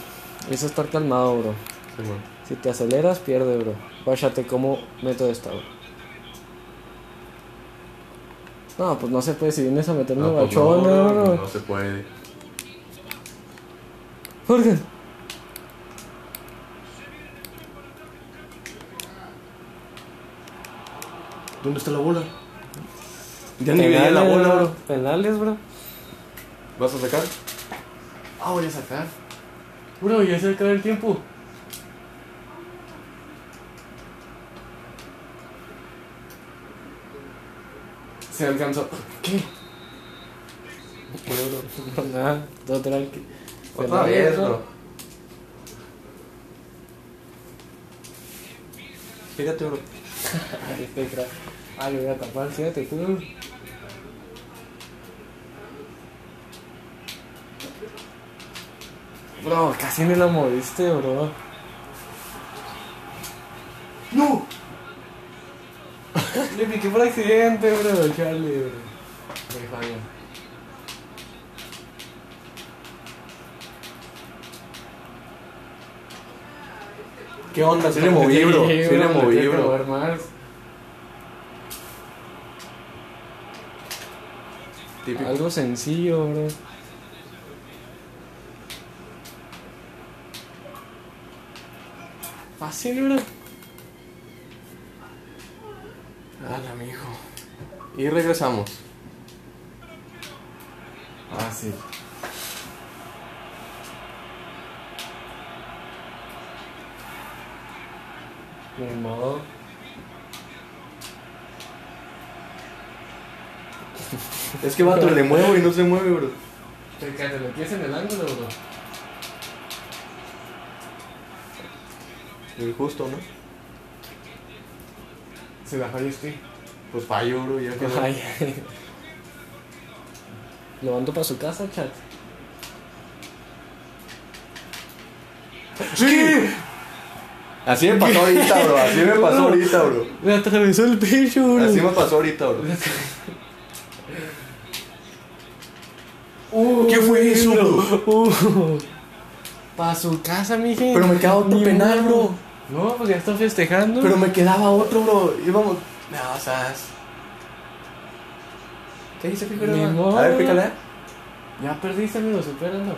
B: es estar calmado, bro.
A: Sí, bueno.
B: Si te aceleras, pierde, bro. Váyate como meto esta, bro. No, pues no se puede si vienes a meter una
A: pues
B: bachona,
A: no,
B: bro.
A: no se puede.
B: Jorge.
A: ¿Dónde está la bola? Ya ni veía
B: Penales,
A: la bola, bro.
B: Penales, bro.
A: ¿Vas a sacar?
B: Ah, voy a sacar. Bro, ya se acaba el tiempo. Se alcanzó. ¿Qué? No, nada, todo tranqui. Se
A: Otra
B: la
A: vez,
B: aventó.
A: bro. Fíjate, bro.
B: Ahí está, cra- Ah, le voy a tapar, fíjate tú. Bro, casi ni la moviste, bro. ¡No! Le piqué por accidente, bro, Charlie, bro. Me falla.
A: ¿Qué onda? Sí le moví, bro. Sí le
B: me
A: moví,
B: tengo que
A: bro.
B: mover más.
A: Típico.
B: Algo sencillo, bro. Fácil, bro.
A: Ala, mijo. Y regresamos.
B: Fácil. Ni modo.
A: Es que vato, le muevo y no se mueve, bro.
B: Te te lo quieres en el ángulo, bro.
A: Injusto, ¿no?
B: Se la fallaste.
A: Pues fallo, bro. Ya que
B: Ay. Lo mando para su casa, chat.
A: ¡Sí! Así me pasó ahorita, bro. Así me pasó ahorita, bro.
B: Me atravesó el pecho, bro.
A: Así me pasó ahorita, bro.
B: Uh,
A: ¿Qué fue
B: güey,
A: eso, bro?
B: Uh. Pa' su casa, mi gente.
A: Pero me queda otro penal, bro.
B: No, pues ya está festejando.
A: Pero me quedaba otro, bro. Íbamos. No, o sea. es- ¿Qué dice Picolé?
B: Ni modo.
A: A ver, pícale.
B: Ya perdiste, amigo, superando.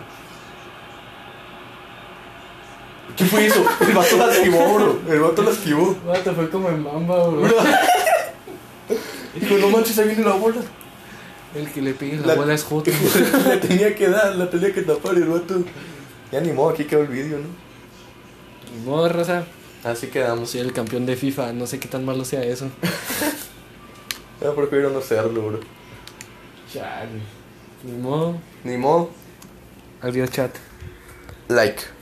A: ¿Qué fue eso? El vato la esquivó, bro. El vato la esquivó.
B: Te fue como en bamba, bro.
A: Bro. Dijo, no manches, ahí viene la bola.
B: El que le pegue la,
A: La-
B: bola es Joto.
A: la tenía que dar, la tenía que tapar y el vato. Ya ni modo, aquí quedó el vídeo, ¿no?
B: No, raza.
A: Así quedamos.
B: Soy el campeón de FIFA, no sé qué tan malo sea eso.
A: Yo prefiero no serlo, bro.
B: Chale. Ni modo.
A: Ni modo,
B: Adiós, chat.
A: like.